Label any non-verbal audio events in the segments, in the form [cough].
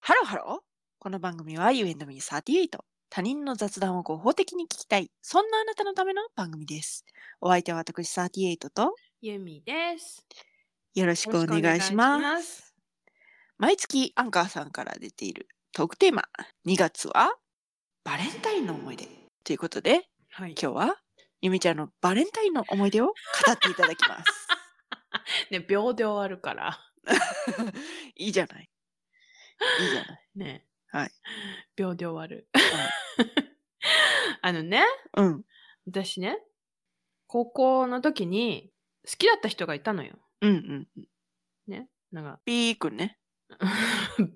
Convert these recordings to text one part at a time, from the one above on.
ハローハロー。この番組は You and me38。他人の雑談を合法的に聞きたい。そんなあなたのための番組です。お相手は私38とゆみです。よろしくお願いします。す。毎月アンカーさんから出ているトークテーマ。2月はバレンタインの思い出。ということで、はい。今日はゆみちゃんのバレンタインの思い出を語っていただきます。 [laughs] ね、秒で終わるから。いいじゃない。いいじゃ [laughs] ない。ね。はい。秒で終わる [laughs] は。あのね、うん。私ね、高校の時に好きだった人がいたのよ。うんうん。ね。なんか、 [laughs] ピーくんね。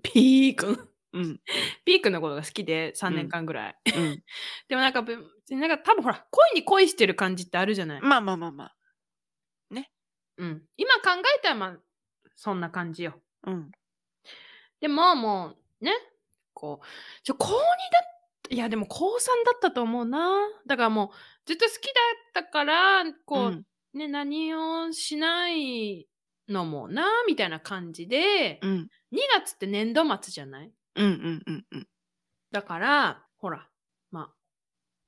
ピー君。うん。ピー君のことが好きで3年間ぐらい。 [laughs] うん。でもなんか、別になんか多分ほら、恋に恋してる感じってあるじゃない。まあまあまあまあ。うん。今考えたらまあ、そんな感じよ。うん。でももうね、こう、ちょ、高2だっいやでも高3だったと思うな。だからもうずっと好きだったから、こう、うんね、何をしないのもな、みたいな感じで、うん。 2月って年度末じゃないうんうんうんうん。だから、ほら、まあ、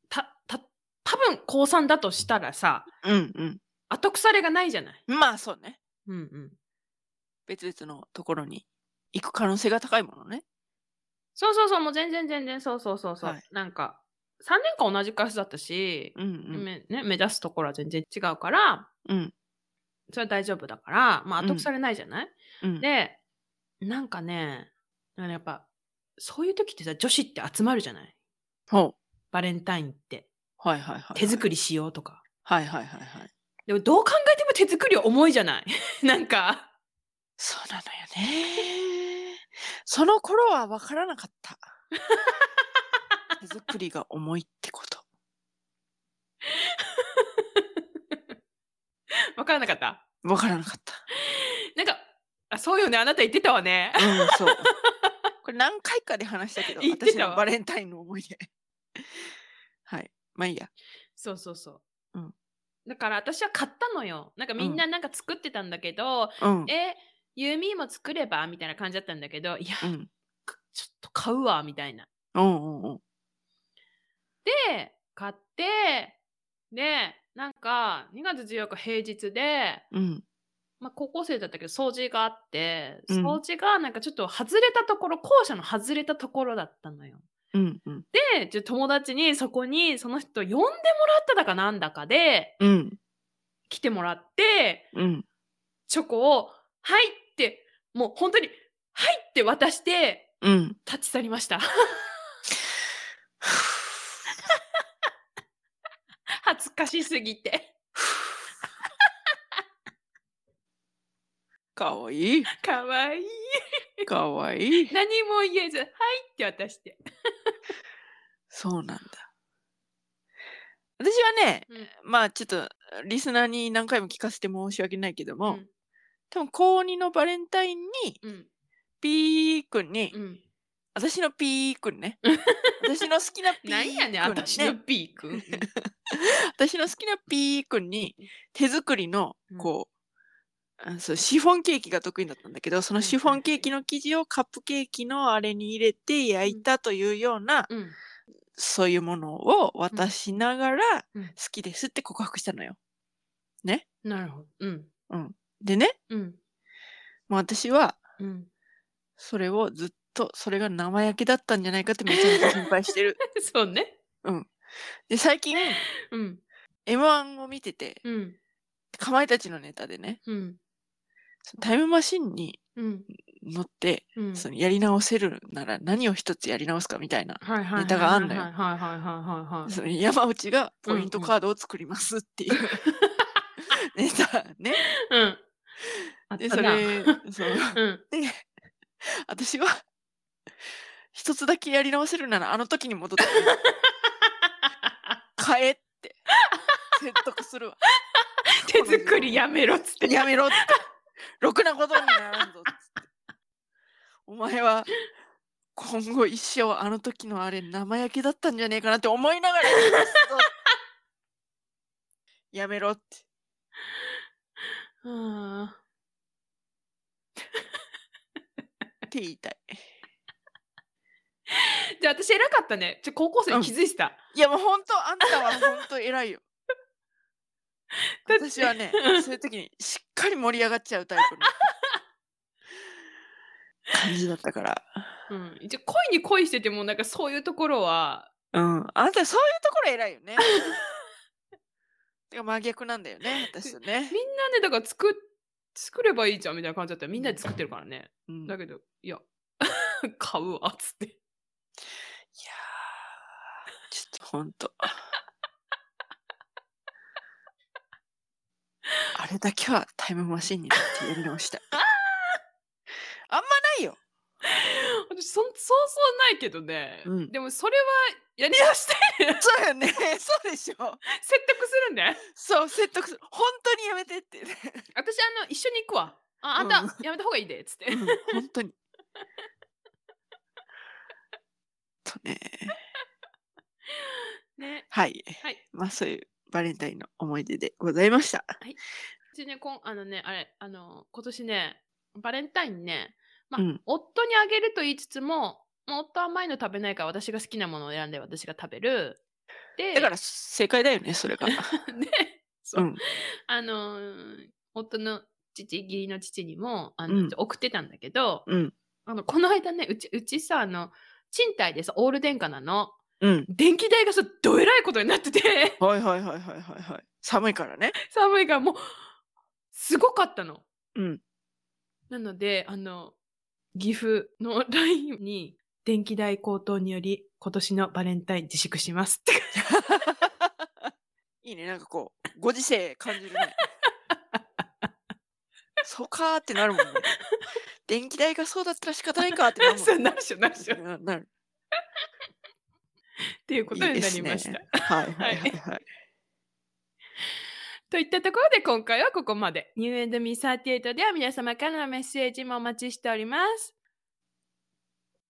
た、た、多分高3だとしたらさ、うん後腐れがないじゃないうん。まあそうね。うんうん。別々のところに行く可能性が高いものね。そうそうそう、もう全然全然、そうそうそうそう。はいなんか、3年間同じクラスだったし、うんうん。めね、目指すところは全然違うからうんそれは大丈夫だからまあうん後腐れないじゃない、うん。でなんかねなんかねやっぱそういう時ってさ女子って集まるじゃないほう。バレンタインってはいはいはい。手作りしようとかはいはいはいはい。でもどう考えても手作りは重いじゃない [laughs] なんかそうなのよね。その頃は分からなか [laughs] った。手作りが重いってこと。分からなかった分からなかった。なんかあそうよねあなた言ってたわね [laughs] うん、そう。これ何回かで話したけど、言って私たわのバレンタインの思い出。はい。まあいいや。そうそうそう、うんだから私は買ったのよなんかみんななんか作ってたんだけど、うん。えユーミーも作ればみたいな感じだったんだけどいや、うん。かちょっと買うわ、みたいな。うんうんうん。で、買って、で、なんか、2月14日平日で、うん。まあ、高校生だったけど、掃除があって、うん掃除がなんかちょっと外れたところ、校舎の外れたところだったのよ。うんうん。で、じゃあ友達にそこに、その人呼んでもらっただかなんだかで、うん。来てもらって、うん。チョコを、はいって、もう本当に、はいって渡して、うん。立ち去りました。 [laughs] 恥ずかしすぎて。かわいい。かわいい。かわいい。何も言えず、はいって渡して。そうなんだ。私はね、まあちょっとリスナーに何回も聞かせて申し訳ないけども、うん多分高2のバレンタインにうん。ピー君に、うん。私のピー君 [laughs] ね私の好きなピー君、なんやねん、私のピーク。私の好きなピー君に手作りのうんこう、あそうシフォンケーキが得意だったんだけどそのシフォンケーキの生地をカップケーキのあれに入れて焼いたというような、うん。そういうものを渡しながらうん好うんきですって告白したのよ。なるほど。うん。でね、うん。もう私はうん。それをずっとそれが生焼けだったんじゃないかってめちゃめちゃ心配して [laughs] る。 [laughs] そうね。で最近うん。 M1 を見ててうん。かまいたちのネタでねうん。タイムマシンにうん。乗って、うん。そのやり直せるなら何を一つやり直すかみたいな。はいはい。ネタがあんのよはいはいはいはいはいその山内がポイントうんうんカードを作りますって [laughs] いう、ネタね。はい。うん。あっでたそな。れそううん。私は一つだけやり直せるならあの時に戻ってくる買えって説得するわ [laughs] 手作りやめろっつ [laughs] って。やめろってろくなことにならんぞっつってお前は今後一生あの時のあれ生焼けだったんじゃねえかなって思いながらやりますぞやめろってうん。って言いたいじゃあ私偉かったね。ちょ高校生うん気づいてた。いやもう本当あんたは本当偉いよ。だって私はねうんそういう時にしっかり盛り上がっちゃうタイプの感じだったから。うん。一応恋に恋しててもなんかそういうところはうん、あなたそういうところ偉いよ [laughs] ね。てか真逆なんだよね私とねみん。なねだから作っ作ればいいじゃんみたいな感じだったよみんなで作ってるからね。うん、いやだけどいや [laughs] 買うわっつって。ーちょっと本 [laughs] 当。あれだけはタイムマシンになってやり直したい。あんまないよ。私そんそうそうないけどね。うんでもそれはやりだして [laughs] [laughs] そうよね。そうでしょ。説得するんで。そう、説得する。本当にやめてってね。私あの一緒に行くわ。ああんた、うんやめた方がいいでっつって。うん本当に。とね。ね。はい。はい。まあそういうバレンタインの思い出でございました。うちね、こんあのね、あれ、あの、今年ね、バレンタインね、まあ、うん夫にあげると言いつつも、まあ、夫は甘いの食べないから私が好きなものを選んで私が食べる。で、だから正解だよね、それが。 [laughs] [laughs] で、そうう、ん。あのー夫の父、義理の父にも、あの、うん送ってたんだけど、うん。あの、この間ね、うち、うちさ、あの、賃貸でさ、オール電化なの。うん。電気代がさ、どえらいことになってて。 [laughs] はいはいはいはいはいはい。寒いからね。寒いからもうすごかったの。うんなのであの岐阜の LINE に「電気代高騰により今年のバレンタイン自粛します」っていいね、なんかこう、ご時世感じる [laughs] ね。そうかーってなるもんね。電気代がそうだったら仕方ないかーってなるもん、 [laughs] そうなるっしょなるっしょっななる。ていうこといいにでなすりました。ね。はいはいはいはい。といったところで今回はここまで。New and Me38 では皆様からのメッセージもお待ちしております。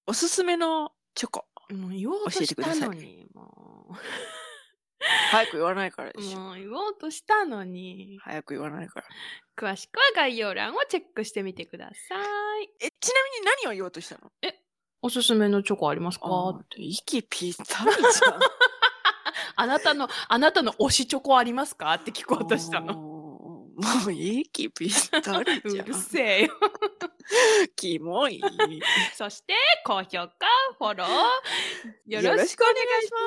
おすすめのチョコ。もう言おうと教えてしくだたさいのにも早く言わないからでうしょ。もう言おうとしたのに早く言わないから。詳しくは概要欄をチェックしてみてください。え、ちなみに何を言おうとしたのおすすめのチョコありますかあ息ぴったりじゃん。あなたの、あなたの推しチョコありますかって聞こうとしたの。の。もう息ぴったり [laughs] うじゃん。るせえよ。キモ [laughs] い。そして、高評価、フォロー、よよろろししくくおお願願いいししま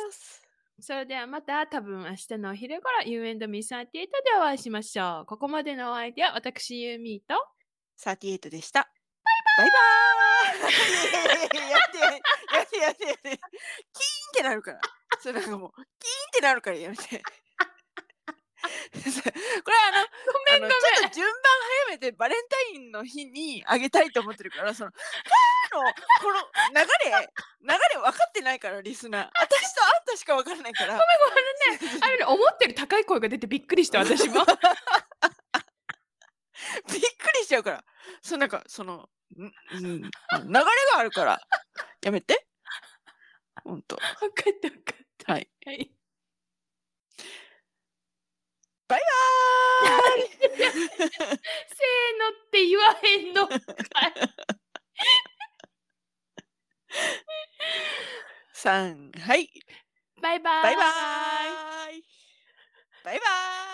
す。ますそれではまた、多分明日のお昼頃、You and Me38 でお会いしましょう。ここまでのお相手は、私、ユーミーと、 38でした。バイバーイやってやってやってやって。キーンってなるから。それなんかもう、キーンってなるからやめて。これあの、ごめんあごのめん。ちょっと順番早めてバレンタインの日にあげたいと思ってるからその「あーのこの流れ流れ分かってないからリスナー私とあんたしか分からないからごめんごめんね [laughs] あれね、思ってる高い声が出てびっくりした、私 [laughs] も。 [laughs] びっくりしちゃうからそうなんかそのんうんあの流れがあるからやめてほんと分かった、分かった。はい。はい。バイバーイせーのって言わへんのかい。さんはいバイバーイ。バイバーイバイバーイ